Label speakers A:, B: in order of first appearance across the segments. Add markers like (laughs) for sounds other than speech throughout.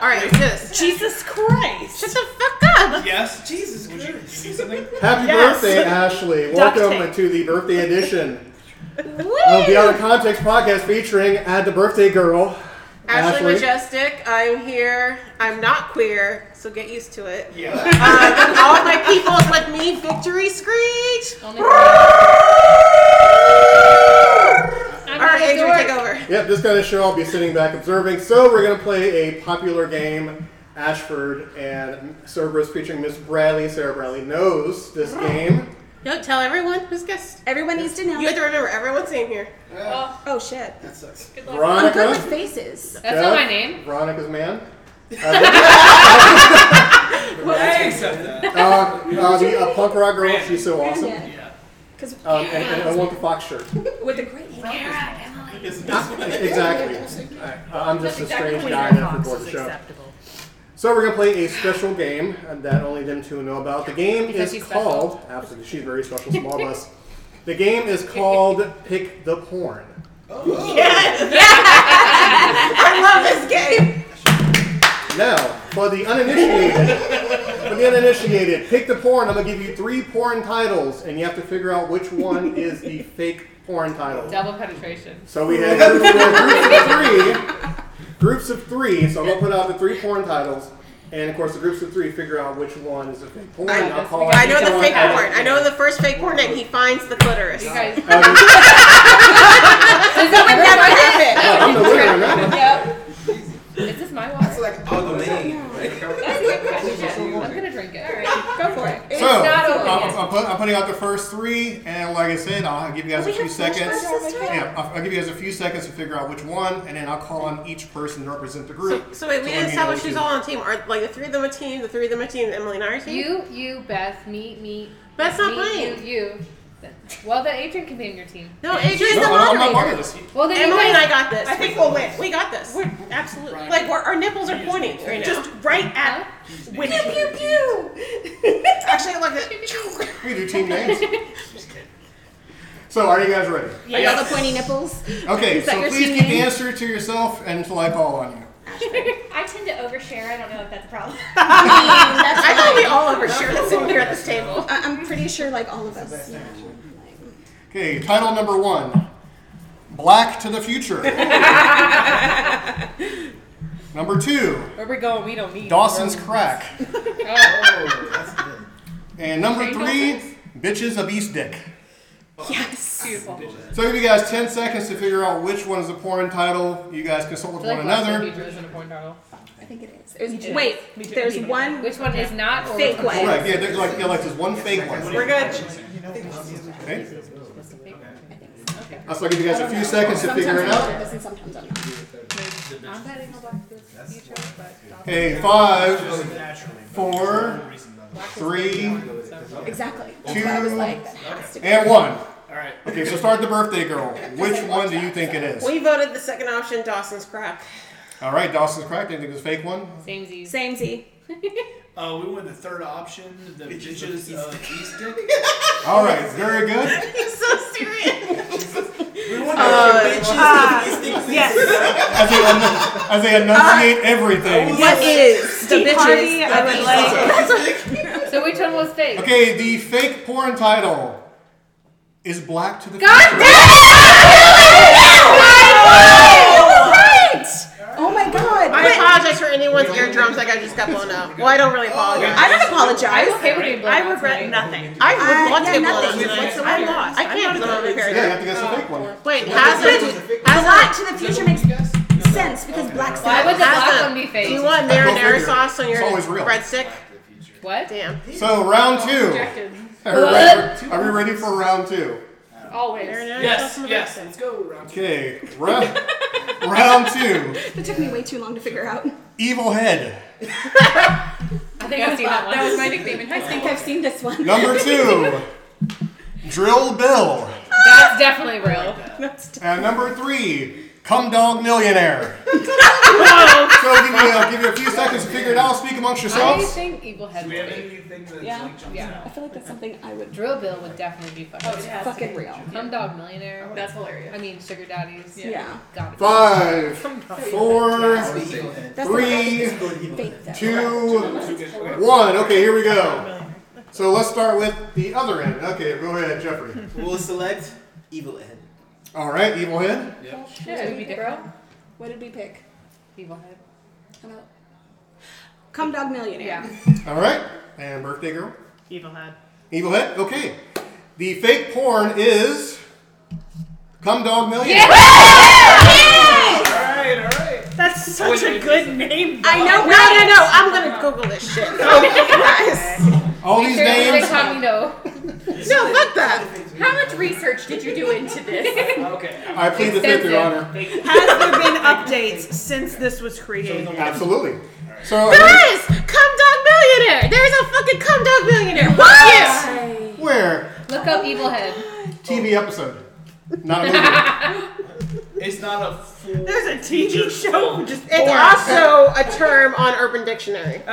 A: All right, sis.
B: Jesus Christ.
A: Shut the fuck up.
C: Yes, Jesus Christ. You need something?
D: Happy
B: Yes.
D: birthday, Ashley.
B: Duct
D: Welcome
B: tape.
D: to
B: (laughs)
D: the birthday edition
A: Woo!
D: of the Out of Context podcast featuring Add the Birthday Girl.
A: Ashley Majestic, I'm here. I'm not queer, so get used to it.
C: Yeah.
B: (laughs)
A: Um, and all my people with me, Victory Screech.
E: Don't make me- I'm
A: All right,
E: gonna
A: Adrian,
E: do
A: take
E: it.
A: over.
D: Yep, this kind of show I'll be sitting back observing. So we're gonna play a popular game, Ashford and Cerberus featuring Miss Bradley. Sarah Bradley knows this game.
A: Don't tell everyone who's guest.
F: Everyone needs to know.
A: You have to remember everyone's name here.
C: Ah,
F: oh shit.
C: that sucks.
F: I'm good with
D: Veronica.
F: faces.
E: That's not my name.
D: Veronica's man.
C: I accept
B: (laughs)
C: that.
D: Uh, uh, the uh, punk rock girl. She's so awesome.
F: Yeah.
C: Yeah.
F: Because
D: Um, and, and I want the fox
B: (laughs)
D: shirt.
F: with the great hair.
C: It's this one.
D: Exactly. I, I'm just a strange guy that records the show.
B: acceptable.
D: So we're gonna play a special game that only them two know about. The game
E: Because
D: is
E: she's special.
D: called absolutely. She's very special. Some of us. The game is called Pick the Porn.
A: I love this game.
D: Now, for the uninitiated, for the uninitiated, pick the porn. I'm gonna give you three porn titles, and you have to figure out which one is the fake porn title.
E: Double penetration.
D: So we had groups, we had groups of three. Groups of three. So I'm gonna put out the three porn titles, and of course the groups of three figure out which one is the fake porn.
A: I-
D: I'll call
A: I
D: out
A: know
D: each
A: the
D: one
A: fake
D: out.
A: porn. I
D: (laughs)
A: know the first fake porn name. He finds the clitoris.
E: You guys.
D: Uh, the-
E: Is that my
A: Never happened.
D: I'm the winner. on that
E: (laughs)
D: one.
E: Is this my water?
C: It's like all the name.
E: That's a good question. I'm gonna drink it. Alright, go for it.
D: So I'm, I'm, put, I'm putting out the first three, and like I said, I'll give you guys a few seconds. Yeah, I'll, I'll give you guys a few seconds to figure out which one, and then I'll call on each person to represent the
A: So,
D: group.
A: so wait, we
D: to
A: didn't
D: let me know
A: establish who's
D: who-
A: all on the team. Are like the three of them a team, the three of them a team, and Emily and I are a team?
E: You, you, Beth, me, me.
A: That's
E: me,
A: not mine.
E: You, you. Well, then Adrian can be on your team.
A: No, Adrian's
D: No,
A: the
D: I'm not part
A: moderator.
D: of this.
E: Well, then
A: Emily
E: you
A: and I
E: guys.
A: got this.
B: I think we'll win.
A: We got this. We're absolutely like we're, our nipples are pointing right now.
B: Just right
E: Huh?
B: at winning.
A: actually look at
D: We do team names. so, are you guys ready?
F: I got the pointy nipples.
D: Okay,
F: Is that
D: so
F: your
D: please
F: team
D: keep the
F: name?
D: answer to yourself until I call on you.
G: I tend to overshare. I don't know if that's a problem.
A: (laughs) I thought we all overshare this sitting here at this table.
F: I- I'm pretty sure like all of us. Yeah.
D: Okay, title number one Black to
A: (laughs)
D: the Future. number two
B: Where we going, we don't need.
D: Dawson's Crack.
E: Oh,
C: Oh, that's good.
D: And number
E: Shane
D: three Bitches of East Dick.
F: Yes.
E: beautiful.
D: So, I give you guys 10 seconds to figure out which one is the porn title. You guys consult with
E: I feel
D: one
E: like Lost in
D: another.
E: New Jersey in a porn title.
F: I think it is. It was-
B: too.
F: wait,
B: Me too.
F: there's
B: Me too.
F: one
E: Which one is not? Or
F: fake one.
D: Right, yeah, there's like, yeah, like there's one fake one.
B: We're good.
D: Okay? I'll give you guys a few seconds to figure it
F: Sometimes I'm
D: out.
F: nervous and sometimes I'm not.
E: I'm betting a black to the future, but
D: Okay, five, four, three,
F: Exactly. That's why I was like, that has to be.
D: and one.
C: Alright.
D: Okay, so start the birthday girl. Which one do you think it is?
A: We voted the second option, Dawson's crack.
D: All right, Dawson's correct. Do you think it's a fake one?
E: same Z.
F: Same Z.
C: (laughs) Uh, we went the third option, the bitches of East Dick.
B: (laughs)
D: All right, very good.
A: He's so serious.
C: We went the bitches of East Dick.
B: Uh, Yes.
D: As they, enu- as they enunciate everything.
A: What is the
B: Steve Harvey,
A: bitches?
B: I would like.
E: So which one was fake?
D: Okay, the fake porn title is Black to the
E: God
D: Future.
F: Oh my god.
A: I apologize for anyone's eardrums. Like I just got blown (laughs) out. Well, I don't really apologize.
F: I don't
E: I'm
F: apologize.
E: okay with being black.
B: I regret nothing.
A: I would want to
F: yeah,
A: get blown out
F: nothing.
A: tonight.
B: I lost.
A: I
B: I'm
A: can't
B: not
A: blow
B: a
A: out
B: good
D: Yeah, you
A: here.
D: have to guess the fake one.
A: Wait, has it?
F: Black to the future makes sense because black's
E: Why would the
A: Ask
E: black
A: them.
E: one be
A: Do you
E: fake?
A: want marinara sauce on your
D: It's always real.
A: breadstick?
E: What?
A: Damn.
D: So round two.
E: Rejected.
D: Are we ready for- are we ready for round two?
E: Always.
A: Marinara sauce
C: Yes,
A: on the
C: yes.
A: breadstick.
C: Let's go round two.
D: Okay, round, round two.
F: It took me way too long to figure out.
D: Evil Head.
E: I think I've seen that one. That was my nickname (laughs) in high
F: I think I've seen this (laughs) one.
D: Number two. Drill Bill.
E: That's definitely real.
D: And number three. Come Dog Millionaire. so I'll give you, uh, give you a few seconds to figure it out. Speak amongst
E: I
D: yourselves.
E: think Evil Head
C: Do we have
E: would be.
C: anything that's
E: Yeah.
C: like jumps
E: Yeah.
F: I feel like that's something I would
E: Drill Bill would definitely be fucking.
G: Oh, yeah.
F: fucking real.
E: Come Dog Millionaire.
G: That's hilarious.
E: I mean, Sugar Daddies.
F: Yeah.
E: Got it.
D: Five, four,
C: out? Eagle head.
F: That's
D: three,
F: the fake though.
D: two,
C: Two guys- okay.
D: one. Okay, here we go. So let's start with the other end. Okay, go ahead, Jeffrey.
H: We'll select Evil Ed.
D: All right, Evil Head.
C: Yep.
E: Yeah, it would be different.
F: What did we pick?
E: Evil Head.
F: I don't- Come Dog Millionaire.
E: Yeah.
D: All right, and Birthday Girl.
B: Evil head.
D: Evil Head. Okay. The fake porn is Come Dog Millionaire.
C: All right, all right.
B: That's such a good name.
A: I know. No, no, no. I'm gonna Google this
B: (laughs)
A: shit. Oh,
D: All these names.
E: Incognito.
A: guys. No, fuck that.
G: How much research did you do into this?
C: Okay.
D: I plead the fifth, Your Honor.
B: Has there been updates since this was created?
D: Absolutely. So,
A: Guys, cum dog millionaire. There's a fucking cum dog millionaire. Fuck you.
D: where?
E: Look up Evil Head.
D: TV episode. Not a movie.
C: It's not a full.
B: There's a TV show
C: (laughs)
B: just
A: It's also a term on Urban Dictionary.
C: Dictionary.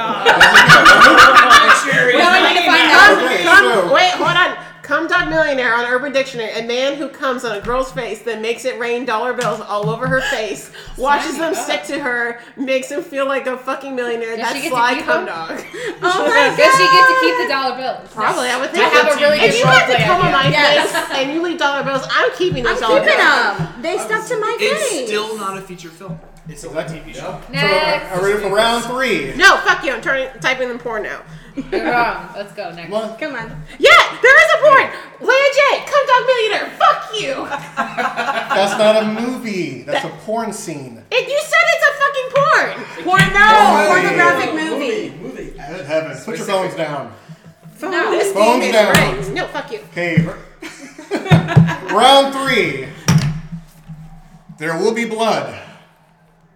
A: Cum-
D: Okay,
A: cum-
D: so-
A: wait, hold on. Cum dog millionaire on Urban Dictionary. A man who comes on a girl's face, then makes it rain dollar bills all over her
D: (laughs)
A: face, watches them stick to her, makes him feel like a fucking millionaire.
E: Does
A: That's
E: she get to
A: sly
E: keep
A: cum
E: them?
A: dog. (laughs)
F: Oh
E: (laughs) Does
F: my
E: she get to keep the dollar bills?
A: Probably, I would
E: I
A: think.
E: have a really
A: if
E: good
A: you
E: role
A: have to
E: play
A: come on
E: idea.
A: my
F: Yes.
A: face and you leave dollar bills, I'm keeping these
F: I'm
A: dollar
F: keeping
A: bills.
F: them. They stuck to my
H: It's
F: face.
H: still not a feature film.
C: It's a TV show.
D: So,
E: Next.
D: are we ready for round three?
A: No, fuck you. I'm turning, typing in porn now.
E: You're wrong. Let's go next.
D: One.
F: Come on.
A: Yeah, there is a porn. Leia J, cum dog millionaire. Fuck you.
D: That's not a movie. That's a porn scene.
A: And you said it's a fucking porn. Porn,
D: Oh,
F: Pornographic movie.
H: Movie.
D: Good heavens. Put your phones down.
A: No, this
D: Phones
A: thing is
D: down.
A: right. No, fuck you.
D: Okay. (laughs) round three. There will be blood.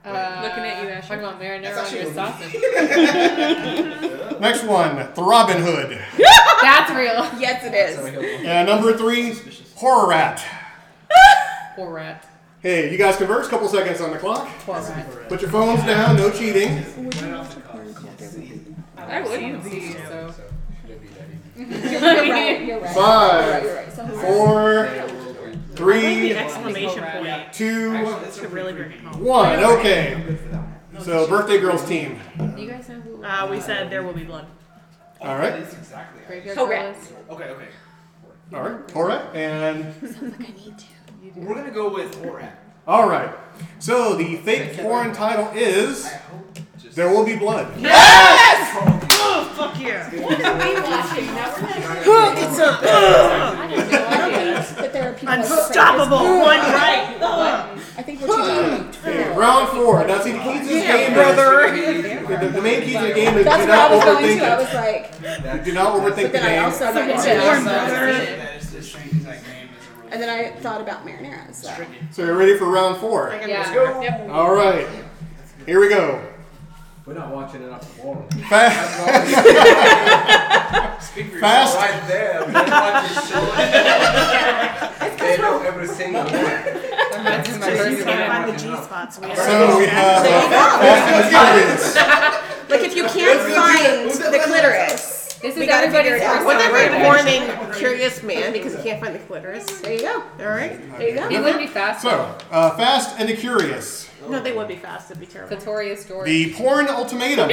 E: Uh,
G: Looking at you, Ashley.
E: Talking about marinara
H: That's
E: on your
H: actually
E: sausage.
D: Next one, the Robin Hood.
E: That's real.
A: Yes, it is.
D: And number three, Horror Rat.
E: Poor rat.
D: Hey, you guys converse. Couple seconds on the clock.
E: Poor rat.
D: Put your phones down. No cheating.
E: I wouldn't see so.
F: You're right. You're right.
D: Five,
F: You're right. So who's
D: four,
B: the
D: three,
B: exclamation point
D: two,
B: to really bring it home.
D: one. Okay. So, birthday girls team.
E: Do you guys know who
B: Uh, we said there will be blood.
D: All right.
E: Graveyard
F: Poor
A: Oh,
E: Girl
F: rat.
E: is?
C: Okay, okay.
D: All right. All right. And
F: like I need to.
C: We're gonna go with Horat.
D: all right. So, the fake foreign title is There Will Be Blood.
B: Oh, fuck you.
A: Hook, it's a
F: But there are people.
B: Unstoppable. One right.
F: I think we're too deep.
D: Okay, round four. Now, see, the key to this game brother.
A: brother.
D: The, the main key to the game is do
F: That's what I
D: not
F: was going to. I
D: overthink
F: was like,
D: it. Do not overthink the
F: then I
D: game.
F: also didn't
E: It's
F: know.
E: porn,
F: And then I thought about marinara. So.
D: So, you're ready for round four?
E: Yeah.
D: All right. Here we go.
I: We're not watching it off the
C: (laughs)
I: wall.
D: Fa-
H: Speak for
D: Fast.
H: yourself.
I: Right there, we don't watch this
F: (laughs)
I: show. they know every single one.
E: Reminds me of my
B: You
E: first
B: can't
E: time.
B: find the G spots. We have
D: So, we have uh, Fast and
A: Like if you can't find the clitoris.
E: This is
A: We gotta figure it
E: everybody's
A: out.
E: first
A: Wouldn't
E: time.
A: that be
E: right?
A: warning curious man because he can't find the clitoris? There you go. All right.
F: There you go.
E: It would be fast.
D: So, uh, Fast and the Curious.
A: No, they would be fast. It'd be terrible.
E: Satorius George.
D: The Porn Ultimatum.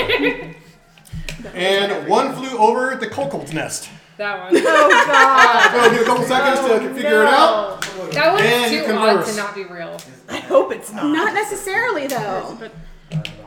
D: and One Flew Over the Cuckold's Nest.
A: (laughs)
E: That one.
A: Oh god.
F: Ah.
D: So, give it a couple seconds to figure it out.
A: Oh.
E: That one's
D: And
E: too odd
D: converse.
E: to not be real.
A: I hope it's not.
F: Not necessarily though.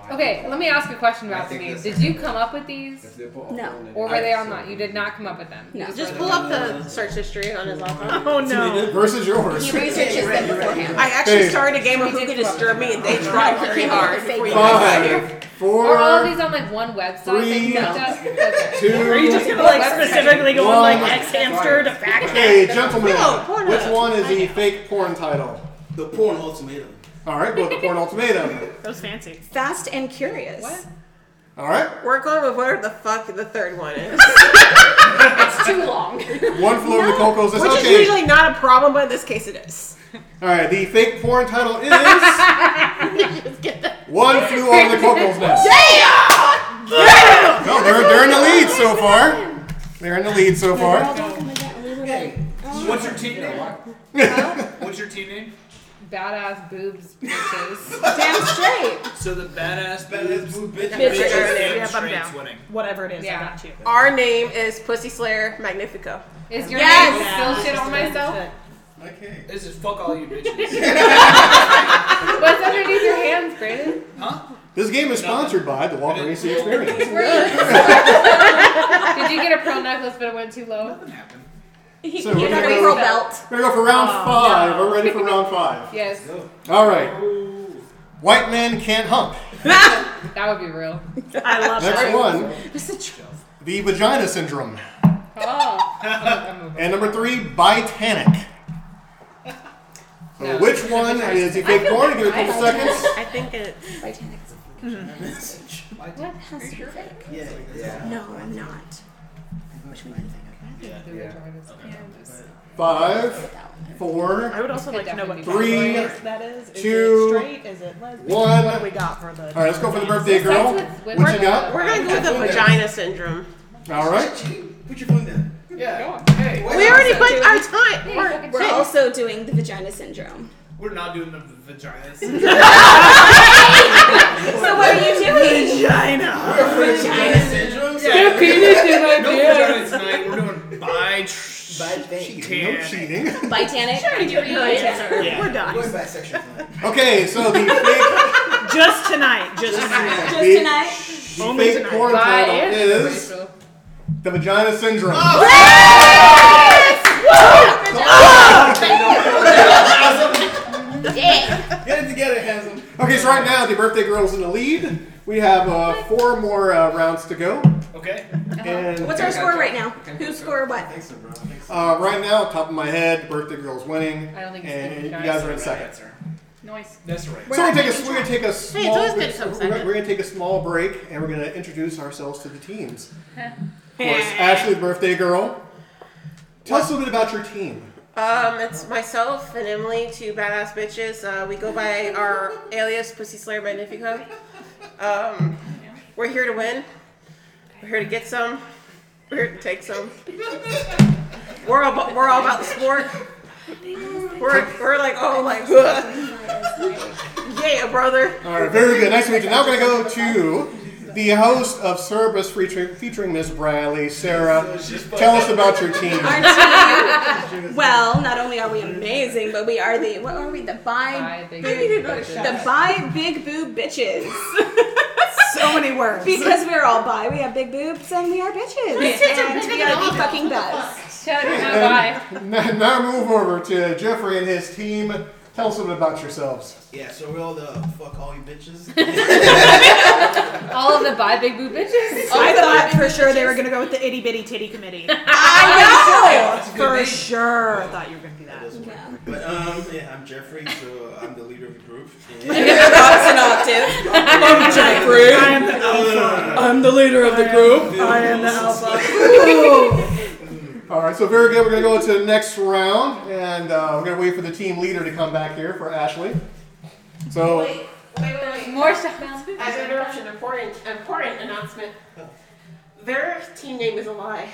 E: Okay, let me ask a question
I: I
E: about
I: think
E: these.
I: this-
E: Did you come up with these?
F: No.
E: Or were they online? You did not come up with them.
F: No.
A: Just pull up the search history on his laptop.
B: Oh no.
D: Versus yours.
F: He researches them beforehand.
A: I actually
D: Hey.
A: started a game of Who Could Disturb Me, and they tried very hard. before you guys got here.
D: (laughs) Five,
E: Are all
D: four,
E: these on like one website that
D: Three.
E: you looked
A: (laughs)
E: up? Okay.
B: Are you
D: two.
B: just gonna like
E: Website.
B: specifically go on like
D: One.
B: X hamster to fact check?
D: Okay, gentlemen.
A: No, porn
D: Which
A: up.
D: one is the fake porn title?
H: The porn ultimatum.
D: All right, go with the Porn Ultimatum.
B: That was fancy.
F: Fast and curious.
E: What?
D: All right.
A: We're going with whatever the fuck the third one is.
G: It's too long.
D: One floor of the Cocos is
A: Which
D: okay.
A: is usually not a problem, but in this case it is.
D: All right. The fake porn title is One Flew Over the Cocos Nest. No, they're, they're in the lead so far. They're in the lead so far.
I: Hey,
H: What's your team name?
C: What's your team name?
E: Badass boobs, bitches.
F: Damn straight.
C: So the badass
I: Badass blue
B: Bitch,
I: bitch.
C: bitches
B: yeah,
C: damn
B: yeah, bum
C: straight's
B: down.
C: winning.
B: Whatever it is, I
E: Yeah.
B: got you.
A: Our name is Pussy Slayer Magnifico.
E: Is your
F: Yes.
E: name still shit on myself?
I: Okay.
C: This is fuck all you bitches.
E: What's underneath your hands, Brandon?
D: This game is sponsored by the Walker AC
H: (laughs)
D: Experience.
E: Did you get a pearl necklace but it went too low?
D: So we're
F: Got
D: gonna
F: a
D: go,
F: pearl belt.
D: we're gonna go for round five. We're ready for round five.
E: Yes.
D: All right. White man can't hump.
E: That would be real.
B: I love
D: Next
B: it.
E: (laughs)
D: one. The vagina syndrome.
E: Oh.
D: And number three, Bitanic. So
E: No.
D: which one is the fake porn? Give it a couple seconds.
A: I think it.
F: (laughs) What has to be fake?
H: Yeah. Yeah.
A: No, I'm not.
H: Yeah.
E: The vaginas.
D: Five, four,
B: I would also like to know what
D: Three,
B: race that is. Is
D: two,
B: it straight? Is it lesbian?
D: one.
B: What do we got for the?
D: All right, let's go for the birthday girl.
E: That's
D: What
E: with-
D: you got?
A: We're gonna go with the vagina syndrome.
D: All right.
H: Put your phone down.
C: Yeah.
A: We already put our
E: Hey,
A: time. We're-
E: fucking
F: We're
E: shit.
F: also doing the vagina syndrome.
C: We're not doing the vaginas.
F: So what are you doing?
I: Vagina syndrome?
E: Your penis in my
C: No
E: beard.
C: vaginas tonight. We're doing bi. Tr-
H: Bad thing.
D: Cheating. No cheating. (laughs)
F: Bitanic.
A: We're,
C: Yeah.
A: we're done.
H: Going bisexual tonight.
D: Okay, so the fake,
B: Just tonight. Just tonight.
F: Just
D: The-
F: tonight.
D: the fake porn
E: Bye,
D: title
E: and-
D: is the vagina syndrome.
I: Get it together, handsome.
D: Okay, so right now the birthday girl's in the lead. We have uh, four more uh, rounds to go,
C: Okay.
D: and
F: What's our score right now? Who scored what?
I: Thanks, bro. Thanks.
D: uh, right now, top of my head, the birthday girl's winning,
E: I don't think it's
D: and you
E: gonna be
D: guys are in
C: That's the right
D: second.
C: answer.
E: Noise.
C: That's right.
D: So we're gonna, take a, we're gonna take a
A: Hey,
D: small.
A: it's always good
D: we're,
A: to come
D: we're gonna-
A: second.
D: we're gonna take a small break, and we're gonna introduce ourselves to
A: (laughs)
D: the teams. Of course, Ashley, the birthday girl. Tell us a little bit about your team.
A: Um, it's myself and Emily, two badass bitches. Uh, we go by our alias Pussy Slayer Magnifico. Um, we're here to win. We're here to get some. We're here to take some. We're all about, we're all about the sport. We're, we're like oh like yeah brother.
D: All right, very good. Nice to meet you. Now we're going to go to the host of Cerberus featuring, featuring Miss Bradley. Sarah, tell us about your
A: (laughs)
D: team.
F: (laughs) Well, not only are we amazing, but we are the what are we? The bi
E: Bye, big
F: the bi big boob (laughs) bitches.
B: So many words.
F: Because we're all bi, we have big boobs and we are bitches. And we are the fucking best.
E: Shut up. Bye.
D: Now, now move over to Jeffrey and his team. Tell us a little bit about yourselves.
H: Yeah, so we're all the fuck all you
F: (laughs)
H: bitches.
E: All of the bye big boo bitches.
B: I thought for sure they were gonna go with the itty bitty titty committee.
F: I
B: for sure, I thought you were gonna do that.
H: But um, yeah, I'm Jeffrey, so I'm the leader of the
B: (laughs)
H: group.
F: know. (laughs)
H: And
F: That's an octave.
B: I'm Jeffrey. I'm the alpha. I'm the leader of the group. I am the alpha.
D: All right, so very good. We're going to go into the next round, and uh, we're going to wait for the team leader to come back here for Ashley. So,
A: Wait wait
E: More shots.
A: As an interruption, important important announcement. Their team name is a lie.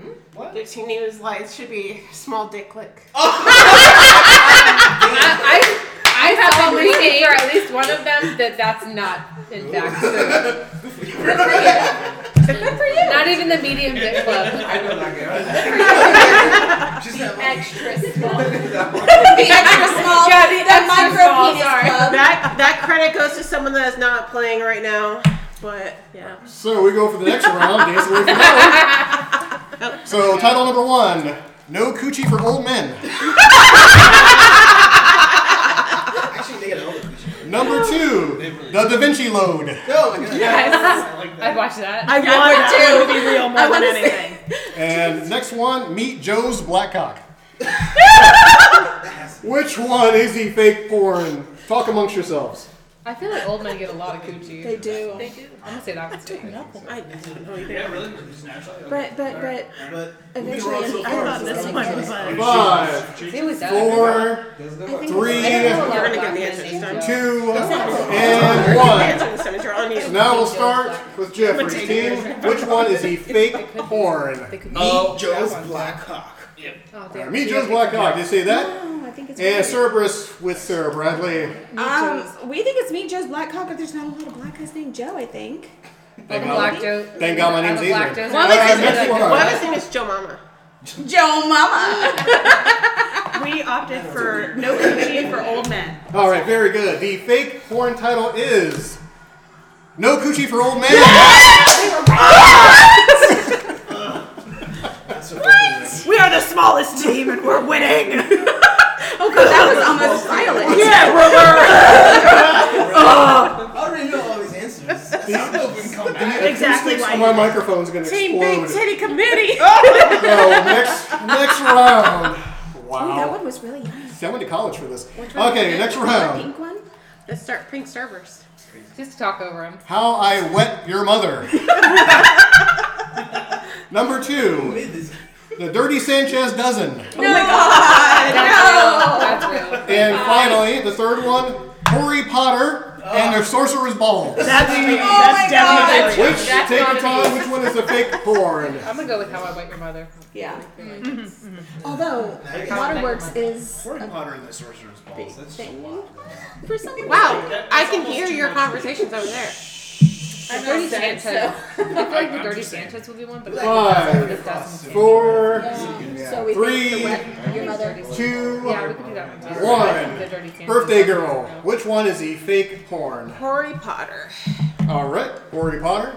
F: Hmm?
C: What?
A: Their team name is a lie. It should be Small Dick Click.
F: Oh,
E: I, I have been reading for at least one of them that that's not in fact true.
F: Good for you.
E: Not even the medium dick club.
H: I know that guy. She's not my
E: Extra small.
F: The extra small,
E: Yeah, the
F: the,
E: extra
F: micro
E: small,
F: penis
E: sorry.
F: club.
A: That that credit goes to someone that's not playing right now. But yeah.
D: so we go for the next round. Dance away from that one. So, title number one No Coochie for Old Men.
H: Actually, they got all the bitches.
D: Number two, The Da Vinci Load.
H: No, my God.
E: Yes.
C: I like that.
E: I'd watch that.
B: I
F: Yeah,
B: want
F: me
B: that
F: too.
B: one to be real
F: I
B: more than
F: wanna see-
B: anything.
D: And next one, meet Joe's black cock. Which one is the fake porn? Talk amongst yourselves.
E: I I feel like old men get a lot of coochie.
F: They do.
E: They do. I'm gonna say that was fake.
A: I don't know either.
C: Yeah, really? Just naturally? Okay.
F: But but but
H: But
F: eventually, and I thought this one was like.
D: Five,
E: It was that.
D: four,
E: I don't know a lot
A: You're
D: three,
A: gonna
E: about
A: get the
E: men
A: answer this
E: named
A: time.
E: Joe.
D: two, and one.
A: Hands on the cemetery on you.
D: So now we'll start with Jeffrey's team. Which one is the fake
E: They
D: porn?
E: could
B: Oh,
H: Joe's Black Hawk.
E: Oh,
D: All
E: damn.
D: right, Me, Joe's Black Hawk. Did you see that?
F: Oh, I think it's
D: And
F: weird.
D: Cerberus with Sarah Bradley.
F: Um, we think it's me, Joe's Black Cock, but there's not a lot of black guys named Joe. I think.
E: I'm
D: Thank
E: a
D: God.
E: black joke.
D: Thank God my name's
E: I'm a black
D: Ethan.
E: joke.
A: One of
D: All
A: his
D: right, next
A: names-
D: one.
A: one of his name is Joe Mama.
F: Joe (laughs) Mama.
G: We opted for no coochie for old men.
D: All right, very good. The fake porn title is No Coochie for Old Man.
H: That's what what?
G: We are the smallest team and we're winning.
F: Oh god, that was almost silent.
A: Yeah, brother.
H: I already know all these answers.
F: (laughs)
H: I'm open combat.
G: Exactly
D: Acoustics
G: why
D: on My microphone's gonna
A: Team Big
D: explode.
A: Titty Committee.
F: Ah!
D: No, next next round.
F: Ooh, that
D: Wow.
F: one was really nice.
D: See, I went to college for this. Okay, next
F: The
D: round.
F: pink one.
A: Let's start pink servers.
E: Just talk over him.
D: How I Wet Your Mother. Number two, The Dirty Sanchez Dozen.
F: Oh
E: That's real. That's real.
D: And finally, the third one, Harry Potter and their Sorcerer's Ball.
G: That's me. That's definitely
D: Which,
E: That's
D: take
E: gotta
D: your
E: be-
D: time, which one is the fake porn?
E: I'm gonna go with how I bite your mother.
F: Yeah. Mm-hmm. Although Waterworks is
H: Harry Potter and the Sorcerer's Balls. That's so wild.
F: for some reason.
A: Wow, I can hear your conversations over there.
E: The Dirty Sanchez. I feel
D: (laughs)
E: like the Dirty Sanchez would be one, but I
D: Five,
E: think it doesn't.
D: four,
F: So we think
D: Three.
F: the wet your mother.
E: Yeah, we
D: two,
E: could do that one. too.
D: One.
E: The Dirty Sanchez.
D: birthday girl. Which one is the fake porn?
A: Harry Potter.
D: All right, Harry Potter.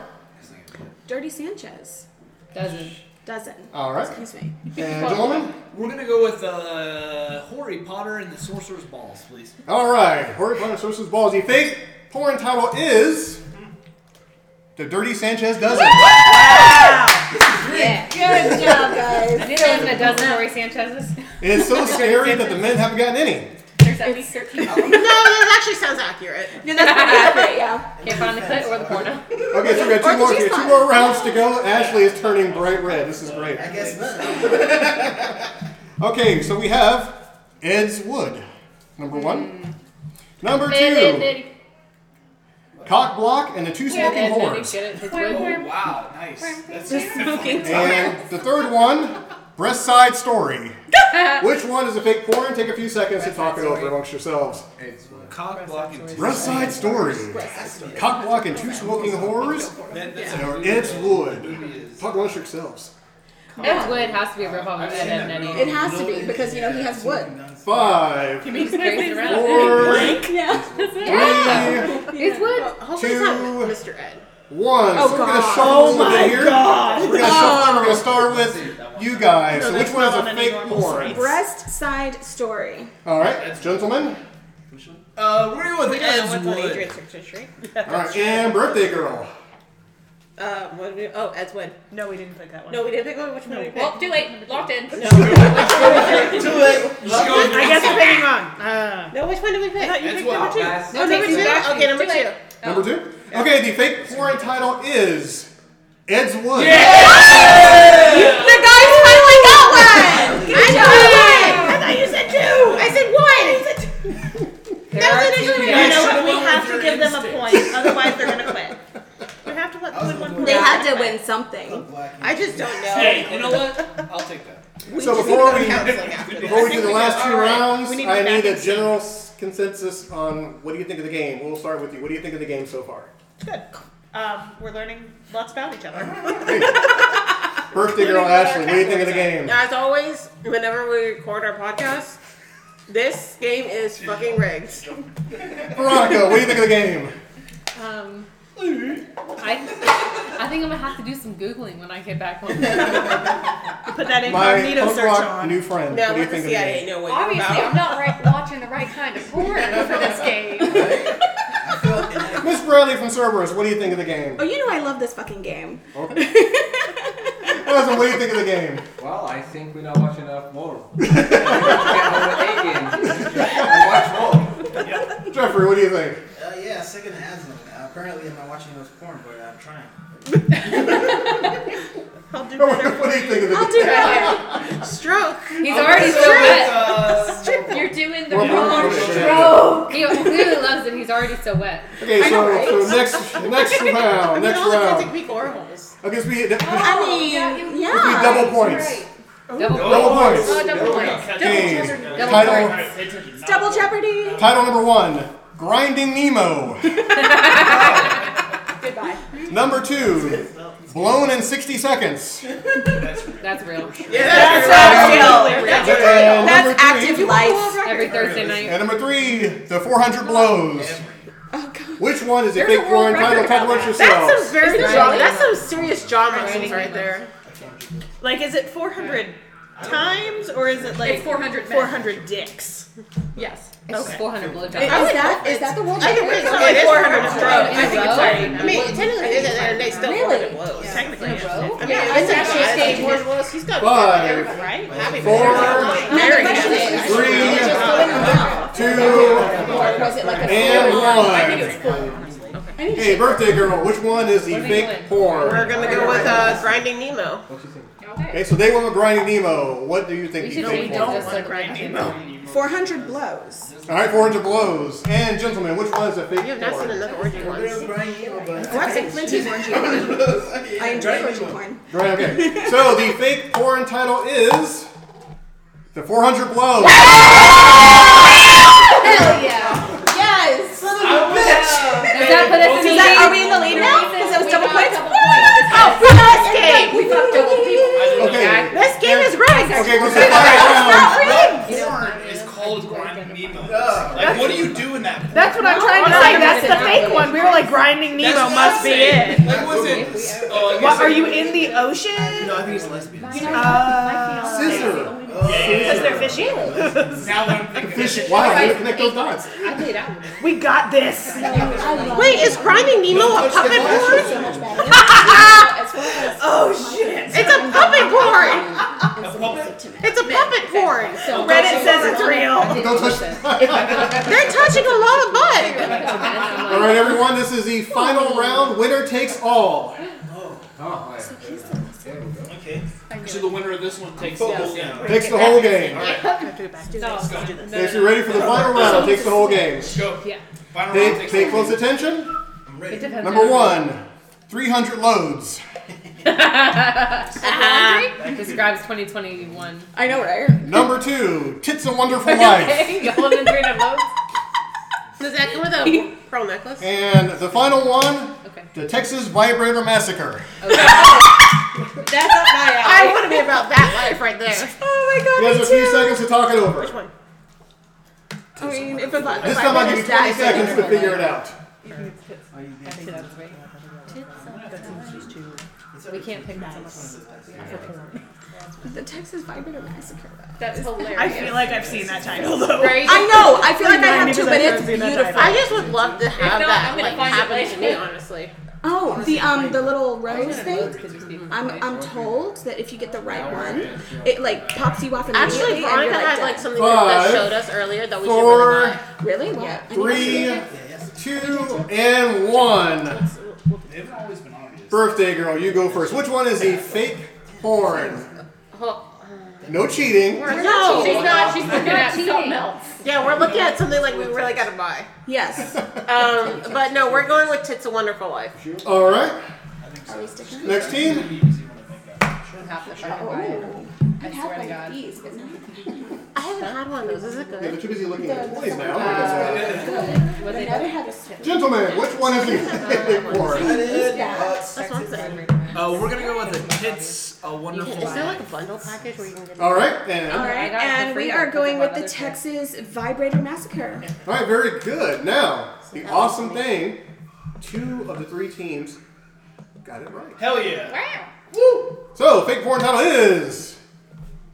F: Dirty Sanchez
E: Doesn't.
F: doesn't.
D: All right,
F: Excuse me.
D: and
E: (laughs)
D: gentlemen.
C: We're gonna go with uh, Harry Potter and the Sorcerer's Balls, please.
D: All right, Harry Potter and Sorcerer's Ball. The fake porn title is The Dirty Sanchez Dozen.
E: Yeah.
F: Good job, guys.
E: I think I a dozen Lori Sanchez's.
D: It is so scary that the men haven't gotten any.
G: There's at least 13 of
A: No, that actually sounds accurate.
F: No, that's pretty accurate, yeah.
E: Can't find the clit or the porno.
D: Okay, so we got two more, we got two more rounds to go. Ashley is turning bright red. This is great.
H: I guess not.
D: Okay, so we have Ed's Wood. Number one. Number
E: Ed,
D: (laughs)
E: Ed,
D: two,
E: Ed.
D: Cock Block and the Two Smoking
E: Ed, Ed,
D: Whores.
E: get it. His wood.
C: Oh, wow, nice. That's
D: And the third one, Breast Side Story. Which one is a fake porn? Take a few seconds to talk it over amongst yourselves.
H: Cock blocking two.
D: Breast Side Story. Cock Block and Two Smoking Whores.
C: That, that's
D: Or
C: a
D: Ed's Wood. Talk amongst yourselves.
E: Ed's wood has to be a ripoff of Ed, Ed, and Eddie.
F: It has to be because you know he has wood.
D: Five,
E: He
D: (laughs)
E: just carries around.
D: four,
F: Yeah.
E: Yeah.
D: three,
E: It's wood.
A: Hopefully it's not Mr. Ed.
D: One. so we're gonna shuffle them over here. We're gonna shuffle them. We're gonna start with you guys. so which one is a fake porn?
F: Breast side story.
D: All right, gentlemen.
C: uh, we're gonna go with
A: I don't know
C: Ed's
A: what's on
C: Wood.
A: Adrian's search history.
D: All right, and birthday girl.
A: (laughs) Uh, what do we, oh, Ed's Wood.
G: No, we didn't pick that one.
A: No, we didn't pick one. Which one did we pick?
G: Well, too late. Locked in.
H: I
G: I guess we're picking on. Uh,
A: No, which one did we pick?
G: I thought you picked number two.
A: Oh, number two? Okay, number two.
D: Number two. Okay, the fake porn title is Ed's Wood.
A: The guys finally got one! I got one! I thought you said two! I said one!
E: There are
A: That was
E: two
A: initially-
G: You
E: guys.
G: know what? We have to give them a point, otherwise they're gonna
E: (laughs)
G: quit. We have to let them win one.
F: They had to win something.
A: I just don't know.
C: Hey, you know what? I'll take that.
D: So before we
A: Counseling after this.
D: before we do the last two
A: All right,
D: rounds,
A: we need to
D: I
A: go back
D: need a
A: and see.
D: general s- consensus on what do you think of the game. We'll start with you. What do you think of the game so far?
G: Good. Um, we're learning lots about each other.
D: Birthday girl Ashley, what do you think of the game?
A: As always, whenever we record our podcast, this game is fucking rigged.
D: Veronica, what do you think of the game?
E: Um, I, I think I'm gonna have to do some googling when I get back home.
G: Put that
D: My
G: incognito
D: punk
G: search
D: rock
G: on.
D: new friend.
A: No,
D: what do you
A: let the
D: think of the game?
A: CIA know what you're
G: (laughs) Obviously,
A: about.
G: I'm not right, watching the right kind of porn for this game.
D: Miss Bradley from Cerberus, what do you think of the
F: (laughs)
D: game?
F: Oh, you know I love this fucking game.
D: Allison, what do you think of the game?
I: Well, I think we don't watch enough more. (laughs) we have over eight games. We watch more.
D: (laughs) Jeffrey, what do you think?
H: Uh, yes, second asthma. Uh, apparently, I'm not watching those porn, but I'm trying.
G: I'll do
D: What
G: better.
D: do you think of this?
F: I'll do better.
A: Stroke.
E: He's already so wet. You're doing the
D: We're
E: wrong
D: both doing it.
F: Oh.
E: stroke. He clearly loves it. He's already so wet.
D: Okay, so, so next next round, next
A: Those are
D: round.
A: Celtic Greek orals.
D: I guess we
F: I mean, yeah.
D: It'd be double points.
E: Double
D: double points.
E: Oh, double points.
D: Game.
E: Double
D: Title
E: points.
F: It's double jeopardy.
D: (laughs) title number one: Grinding Nemo.
F: Goodbye.
D: Number two: Blown in 60 seconds.
E: That's real.
A: Yeah,
F: That's real.
D: And number
F: That's active
D: three,
F: life.
E: Every Thursday night.
D: and number three: The 400 blows.
F: Oh god.
D: Which one is a
E: There's
D: fake
E: a
D: foreign
E: world
D: title? Talk
E: record about
D: about
E: that.
D: yourself.
A: That's some very
E: It's
A: drama.
E: not-
A: That's some serious drama scenes right there.
G: Like, is it 400 times or is it like
E: It's 400 men.
G: 400 dicks?
E: Yes. It's
G: Okay.
E: 400
A: I
E: blowjobs.
A: would-
F: that is that the world
A: I think
F: record?
A: it's not like
G: It's
A: 400
G: not
A: strokes.
E: in
A: I
E: a
A: think it's
E: row.
A: like, I mean, technically, it is, and they still
F: Really?
A: really? blows.
G: Technically,
E: In a
G: yes.
E: row?
A: I mean,
E: Yeah,
A: it's
E: that's
A: actually a
E: actually a
A: state
E: state
A: word. Well, he's got
D: Five,
G: Right?
A: Happy
D: four,
A: Very
F: It's
D: three,
F: just going around.
D: two,
F: Or was it like a
D: and
F: full-on-
D: one.
F: Any
D: Hey,
F: shit.
D: birthday girl, which one is the
E: do we
D: fake
E: doing?
A: We're
D: porn?
A: gonna go with uh, Grinding Nemo.
D: Okay, so they went with Grinding Nemo. What do you
E: We
D: think the
E: should
D: fake
E: read
D: porn?
E: them just like we
F: 400 blows.
D: All right, 400 blows. And gentlemen, which one is a fake
A: You have not seen
D: porn?
A: another orgy once.
F: Oh, I was like Flinty's orgy porn.
D: (laughs)
F: I enjoy orgy porn.
D: Right, okay. So the fake porn title is the 400 blows.
F: Hell yeah. Yes. Does
E: Does that put us in the
F: that, are
E: lead?
F: we in the lead now? Because that was double points?
A: Oh, for this game!
F: We fucked double people.
D: Okay.
A: This game is rigged!
D: Okay, what's the final round?
C: Porn is called grinding Nemo. Like, what do you do in that?
G: That's what I'm trying to say. That's the fake one. We were like, grinding Nemo
C: That's what
G: must
C: I'm
G: be
C: saying.
G: it.
C: Like, was it? Oh, I guess
G: What, are
C: it-
G: you in the ocean?
H: No, I think it's lesbian.
G: Uh,
D: Scissor.
G: because they're fishing? (laughs)
C: Now that I'm thinking,
D: Fish. Wow, you connect those dots.
E: I played out.
G: We got this.
F: (laughs)
A: Wait, is Grinding Nemo a puppet porn?
G: Oh, shit.
A: It's a puppet porn!
C: puppet?
A: It's a puppet porn!
E: So
G: Reddit says it's real.
D: Don't touch
A: They're touching a lot of butt!
D: All right, everyone, this is the final round. Winner takes all.
C: okay. So the winner of this one takes this. Yeah.
D: Takes the whole game.
E: No.
D: If you're ready for the final round, takes the whole game.
C: Go.
E: Yeah.
C: Final round
D: Pay,
C: takes
D: pay
C: the
D: close attention.
E: It depends
D: Number
E: on-
D: one, 300 loads.
E: Describes (laughs) 2021.
F: I know, right?
D: Number two, tits a
A: (laughs)
D: wonderful life.
E: Golden green and loads.
A: Does that go
E: (laughs)
A: with a pearl necklace?
D: And the final one,
E: Okay.
D: the Texas Vibrator Massacre.
F: That's up my alley.
A: I want to be about that life right there.
F: Oh
D: You
F: my god,
D: guys have a
F: me
D: few
F: too.
D: seconds to talk it over.
A: one?
F: I mean, if, if, I- if
D: This
F: I
D: time I'll give you 20
F: understand it, I
D: seconds to
F: think
D: figure it out.
E: We can't pick that
F: The Texas Vibrator Massacre.
E: That's hilarious.
G: I feel like I've seen that title, though.
E: Right?
F: I know. I feel like I have to,
G: 90%
F: but it's
G: seen that
F: beautiful.
A: I just would love to have
E: not,
A: that
E: I'm gonna
A: like
E: find it
A: happen
E: later.
A: to me, honestly.
F: Oh, the um the little rose
E: Loads
F: thing.
E: could just be
F: I'm
E: right.
F: I'm told that if you get the right one, it like pops you off immediately.
A: Actually,
F: and you're
A: Veronica
F: like,
A: had
F: done.
A: like something
D: Five,
A: that showed us earlier that we should really
D: Four,
A: buy.
F: really what? I think I should-
D: three, two, and one.
C: They've always been on this.
D: Birthday girl, you go first. Which one is the fake porn?
A: Hold-
D: No cheating.
A: No,
E: She's not. She's looking at something else.
A: yeah, we're looking at something like we really gotta buy.
F: Yes.
A: Um, but no, we're going with Tits a Wonderful Life.
D: All right.
F: Are we sticking?
D: Next team.
E: Half
F: Oh.
E: the fucking Bible. I swear to God.
F: these, but not
A: I haven't had one of those. Is it
D: Yeah,
A: good?
D: they're too busy looking at toys now.
F: good. But I never had a
D: Gentlemen, which one is the fake porn?
A: That's what I'm saying.
H: Uh, we're gonna go with the tits, a wonderful
A: Is there like a bundle package where you can get?
D: All right, and
F: All
D: all
F: right,
E: got it for
F: and
E: free,
F: we
E: but
F: are
E: it's
F: going
E: about
F: with the
E: other stuff.
F: Texas Vibrator Massacre.
D: right, very good. Now, the awesome thing, two of the three teams got it right.
C: Hell yeah.
D: So, fake porn title is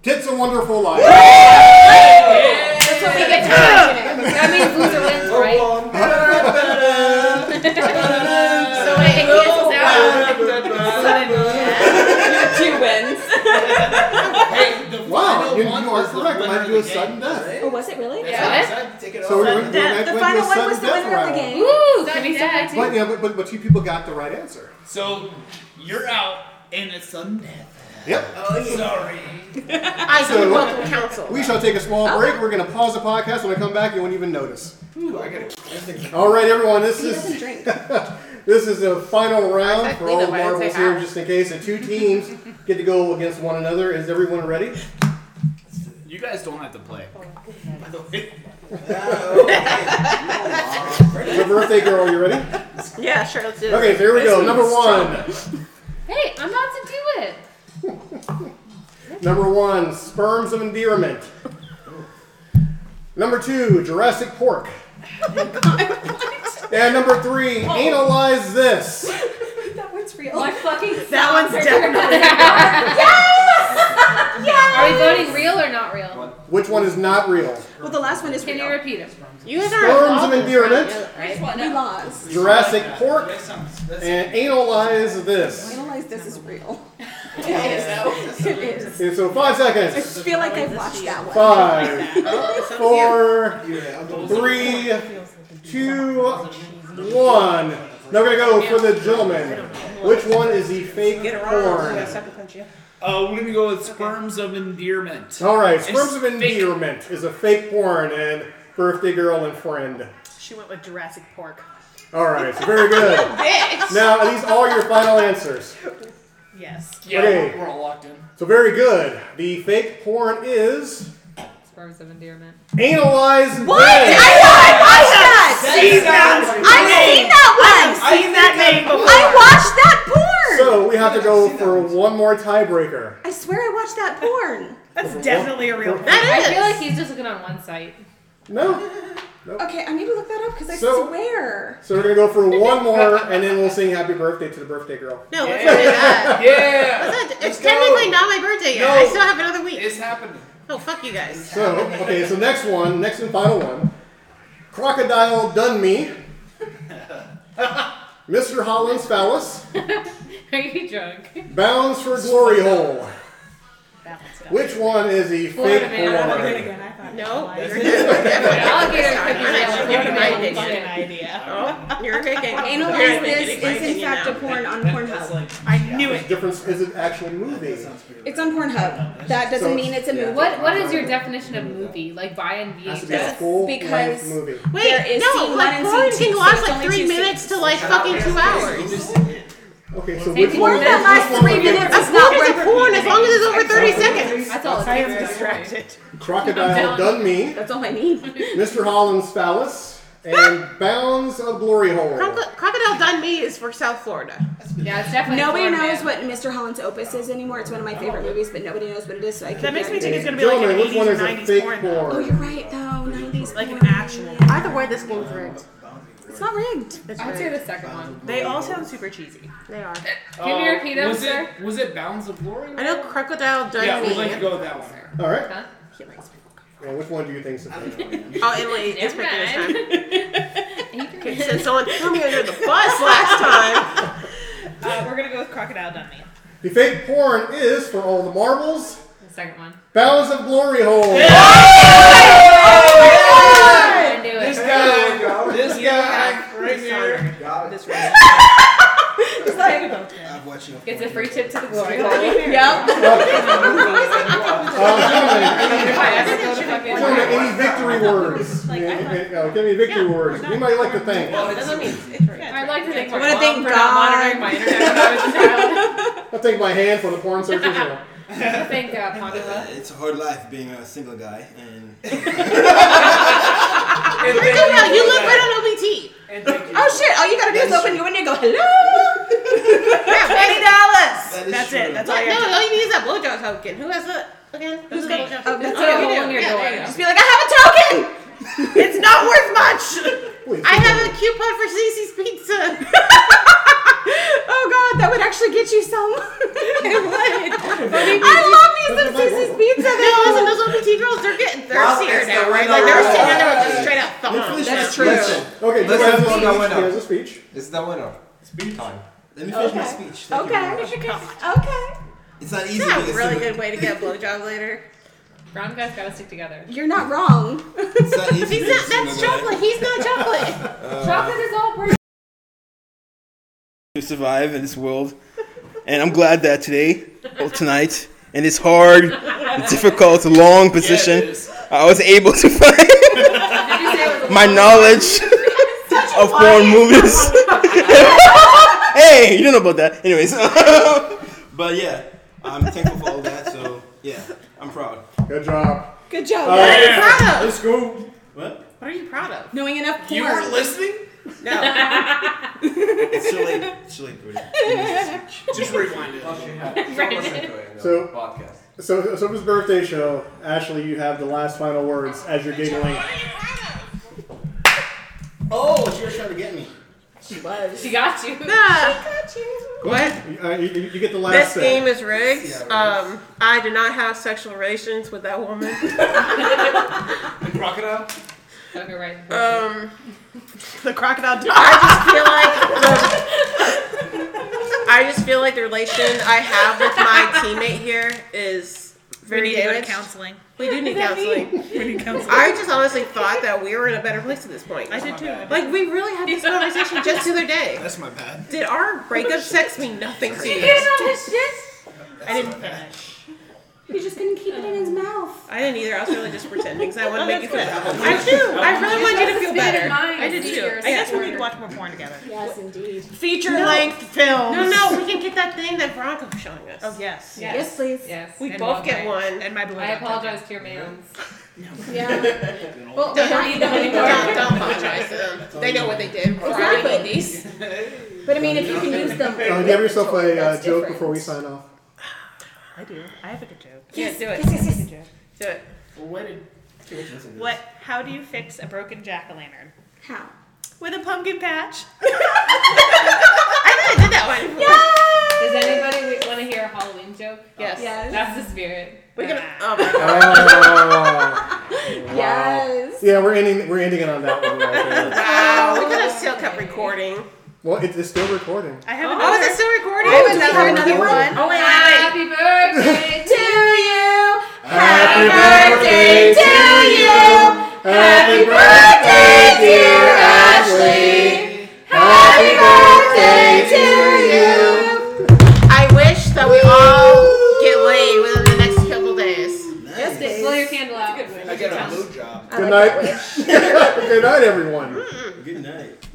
D: Tits a Wonderful Life.
E: That's what we get to mention it. That means loser wins, right? (laughs) So it it cancels out.
F: Two wins.
C: Hey, the
D: Wow,
C: final
D: you,
H: one
D: you are
H: was the
D: correct. It
H: winner
D: might
H: of
D: do a
H: the
D: sudden
H: game,
D: death.
F: (laughs)
H: right?
F: Oh, was it really?
E: Yeah.
H: That's what I said. Take it
D: So
H: all.
D: we're gonna,
F: The-
D: we
F: the
D: might do
F: final
D: a
F: one
D: sudden
F: was the
D: death
F: winner of the
D: round.
F: game.
E: Ooh, can we still have two?
D: But yeah, but, but but two people got the right answer.
C: So you're out, and it's sudden death.
D: Yep.
H: Oh, yeah.
C: Sorry.
A: I do
D: So-
A: welcome counsel.
D: We shall take a small
H: Oh.
D: break. We're gonna pause the podcast. When I come back, you won't even notice.
H: Ooh, I gotta. I think-
D: All right, everyone. This
F: He doesn't
D: is
F: drink.
D: (laughs) this is the final round for
A: Exactly,
D: all the
A: though, I would
D: marbles
A: say
D: here,
A: half.
D: just in case. The two teams get to go against one another. Is everyone ready?
C: You guys don't have to play. By the way,
H: Oh, okay.
D: The birthday girl, you ready?
A: Yeah, sure, let's do it.
D: Okay, so here we go.
A: This
D: Number
A: one's
D: one.
E: Hey, I'm about to do (laughs) it.
D: Number one, sperms of endearment. Number two, Jurassic Pork. and number three, analyze this.
F: That one's real.
E: My fucking
G: That one's definitely.
E: Are we voting real or not real?
D: Which one is not real?
F: Well, the last one is
E: Can you
F: real.
E: repeat it?
A: You guys are
D: Sperms of
A: involved in this round,
D: endearment,
E: Right?
F: We lost.
D: Jurassic Pork,
H: That's something- that's-
D: and analyze this.
F: Analyze this is real.
H: that's
F: It is.
D: Okay, so five
F: I
D: seconds.
F: feel like I've watched that one.
D: Five, four,
H: Yeah, I'm going
D: three, two, one. Now we're gonna go for the gentleman. Which one is the fake
A: Get around.
D: porn?
C: uh, we're gonna go with sperms of endearment.
H: Oh,
D: All right,
C: It's
D: Sperms of
C: fake.
D: Endearment is a fake porn and birthday girl and friend.
G: She went with Jurassic Pork.
D: All right, so very good.
C: (laughs)
D: now, are these all your final answers?
G: Yes.
C: Yeah,
D: Okay.
C: we're all locked in.
D: So very good. The fake porn is
E: Sperms of endearment.
D: analyze
F: What? I
D: this.
F: know I watched that.
G: She's not.
F: I've seen that one.
G: I've seen that name before.
F: I watched that porn.
D: So we have to go for one more tiebreaker.
F: I swear I watched that porn.
G: That's definitely a real.
E: I
G: That
E: feel like he's just looking on one site.
D: No.
F: Okay, I need to look that up because I
D: So-
F: swear.
D: So we're gonna go for one more, and then we'll sing Happy Birthday to the birthday girl.
A: No, let's not do that.
C: Yeah,
A: Let's not- It's
C: go.
A: technically not my birthday yet. I still have another week.
C: it's happening.
A: Oh, fuck you guys.
D: So okay, so next one, next and final one, Crocodile Done Me, (laughs) Mr. Holland's phallus.
E: Are you drunk?
D: Bounds for Glory Hole.
G: is.
D: Which one is the
E: Florida
D: fake
E: Man.
D: porn?
G: I thought.
A: No,
F: (laughs)
A: you're
G: You're
E: I'll get her cookies
A: I'm
E: out.
A: actually
E: Florida
A: giving my
E: Man.
A: addiction.
G: idea.
A: Oh, you're taking.
F: Analyze this is in fact a porn on Pornhub.
G: I knew it.
D: Difference is an actual movie.
F: It's on Pornhub. That doesn't mean it's a movie.
E: What What is your definition of movie? Like buy and
D: Has to be a
E: VHS?
D: full
F: Because-
D: length movie.
A: Wait,
F: There is
A: no,
F: scene one
A: like
F: and
A: porn
F: scene
A: can
F: two,
A: last
F: so it's
A: like
F: only
A: three
F: two
A: minutes
F: scenes.
A: to like fucking two hours.
D: Okay, so
E: They
D: which
E: can
D: one?
E: do
D: Which
E: that
F: last
D: one
F: three
D: would be
F: minutes.
A: A
F: It's
A: porn
F: not
A: is
F: worth
A: a
F: it.
A: porn as long as it's over thirty seconds.
E: That's all.
G: I
E: it's
G: am distracted.
D: Crocodile Done Me,
F: That's all I need.
D: Mr. Holland's phallus, and Bounds of Glory Hole.
A: Croco- Crocodile Done Me is for South Florida.
E: Yeah, it's definitely.
F: Nobody
E: Florida
F: knows
E: Man.
F: what Mr. Holland's Opus is anymore. It's one of my favorite movies, but nobody knows what it is, so I can't.
G: That makes me
F: guarantee
G: think it's gonna be like
D: Gentlemen,
G: an
D: which
G: 80s
D: one
G: or
D: is a
G: 90s
D: fake
G: porn. though.
F: Oh,
D: porn?
F: you're right, though. 90s.
G: Like an
F: porn.
G: actual.
A: Either way, this game's rigged.
F: It's not rigged.
E: I'd say the second one.
G: They all sound super cheesy.
A: They are.
E: Can you repeat them,
C: Oh, was
E: sir?
C: It, was it Bounds of Glory?
A: I know Crocodile Done
C: Yeah,
A: Me.
C: we'd like to go with that one.
D: All right.
E: Huh?
D: Well, which one do you think's the fake?
A: Oh, Emily is picking this time.
E: (laughs) Adrian.
A: Since someone threw me under the bus last
H: (laughs)
A: time.
G: Uh, we're gonna go with Crocodile Dummy.
D: The fake porn is for all the marbles,
E: The second one.
D: Bounds of Glory Hole.
E: I knew
C: This
E: it.
C: guy, this guy, right here.
H: Got it. I've watched enough.
E: Gets a free tip to the glory (laughs) hole.
F: Yep.
D: Uh, gentlemen, Gentlemen,
E: Fucking-
D: any victory words? Yeah, yeah, yeah, give me victory words. Anybody like to thank?
E: I'd like to thank my
F: I wanna
E: mom
F: thank
E: for not
F: God.
E: monitoring my internet when I was a child.
D: I'll take my hand for the porn search as well.
E: Thank uh, Pamela.
H: It's a hard life being a single guy, and
A: Crocodile, you look right on OBT.
F: Oh, shit. All you gotta do is open your window and go, hello.
A: Yeah,
F: $20.
H: that is
G: That's
H: true.
G: it. That's all
A: but-
G: you
A: no,
G: have
A: all you need is that blowjob token. Who has that again? Who's got a blowjob
F: Oh,
A: token?
F: that's
E: Put a hole in
F: what
E: your
A: Yeah,
E: door.
A: there you
F: Just be like, I have a token.
A: It's not worth much.
D: Wait,
A: I have a coupon for Cece's Pizza.
F: oh god, that would actually get you some. (laughs) I would. I love me some Susie's pizza.
A: no, listen, those OBT girls, they're getting thirstier
H: it's the
A: now, right?
H: window
A: Like they're
H: roll.
A: sitting there with a straight out thumb.
H: Let's finish
F: That's
H: my
F: true.
H: speech.
D: Okay, who
H: Let's
D: has a
H: go
D: speech?
H: now,
D: Who
H: why not?
D: has a speech?
H: This is the winner. Speech time. Let me finish my
F: Okay.
H: speech.
G: Oh,
H: Thank you very much.
F: Okay. Okay.
H: It's not easy.
A: That's
H: being
A: a
H: a
A: really
H: single-
A: good way to get a blowjob later.
E: Brown guys gotta stick together.
F: You're not wrong.
I: It's not easy.
G: He's not, that's chocolate. He's not chocolate.
A: Uh,
E: Chocolate is all pretty.
J: to survive in this world. And I'm glad that today, or tonight, in this hard, difficult, long position, I was able to (laughs) find my knowledge of foreign movies. (laughs) hey, you don't know about that. Anyways, (laughs) but yeah, I'm thankful for all that. So yeah, I'm proud.
D: Good job.
F: Good job.
D: All right.
A: Proud of?
D: Let's go.
J: What?
A: What are you proud of?
F: Knowing enough
C: You
F: porn.
C: were listening?
A: No.
J: It's too late. It's too late, Brody.
C: Just rewind it.
D: So-
I: podcast.
D: So, so his birthday show, Ashley, you have the last final words as you're giggling.
I: Oh, she was trying to get me.
E: She got (laughs) you.
A: What?
D: Uh, you, you- you get the
A: This
D: last thing.
A: game is rigged. Um, I did not have sexual relations with that woman.
C: The crocodile?
E: Okay, right.
A: Um,
G: (laughs) The crocodile did
A: I just feel like the, I just feel like the relation I have with my teammate here is very damaged.
G: counseling.
A: We do need counseling. (laughs)
G: We need counseling.
A: I just honestly thought that we were in a better place at this point.
G: I did too.
A: Like we really had this conversation just the other day.
C: That's my bad.
A: Did our breakup sex mean nothing to
F: He
A: you?
F: didn't know his shit.
A: I didn't finish.
F: He just couldn't keep it in his mouth.
A: I didn't either. I was really just pretending because I
G: Oh,
A: want to make you feel.
I: I
A: I do. I really want you to feel better.
E: I
G: I did too. I guess we need to watch more porn together.
F: Yes, indeed.
G: Feature length films.
A: No, no, we can get that thing that Bronco was showing us.
G: Oh yes.
E: Yes.
F: Yes, please.
E: Yes.
A: We
E: and
A: both get
E: Walmart.
A: one.
G: And my blue.
E: I apologize to
A: (laughs)
E: your mans.
F: Yeah. well,
A: Don't,
F: not
A: don't,
F: even anymore.
A: don't, don't apologize Oh, to them. They know what they did. We're already
F: Exactly.
A: in these.
F: But I mean, if you can use them.
D: Uh, give yourself a uh,
F: That's
D: joke
F: different.
D: before we sign off.
G: I do. I have a good joke.
A: Yeah, do it.
F: Yes, yes, yes.
A: Do it.
G: What? How do you fix a broken jack o' lantern?
F: How?
G: With a pumpkin patch.
A: I think I did that one.
E: Does anybody want to hear a Halloween joke?
A: Yes.
F: Yes.
E: That's the spirit.
A: We're gonna. Oh my god.
D: Oh,
F: Yes.
D: yeah, we're ending. We're ending it on that one right there.
A: Wow. Oh, We could have still kept recording.
D: Well, it, it's still recording.
G: I have
A: Oh, is
G: another.
A: it still recording?
F: I have another, another
D: Recording.
F: one.
A: Oh, wait, wait,
E: Happy birthday to you.
D: Happy
E: birthday to you.
D: Happy
E: birthday, dear
D: Ashley. Happy birthday to you.
A: wait. I wish that we all get laid within the next couple days.
F: Yes, Dave.
E: (laughs) Blow your candle out.
I: got a blue job.
D: (laughs) Good night. Good night, everyone.
I: Good night.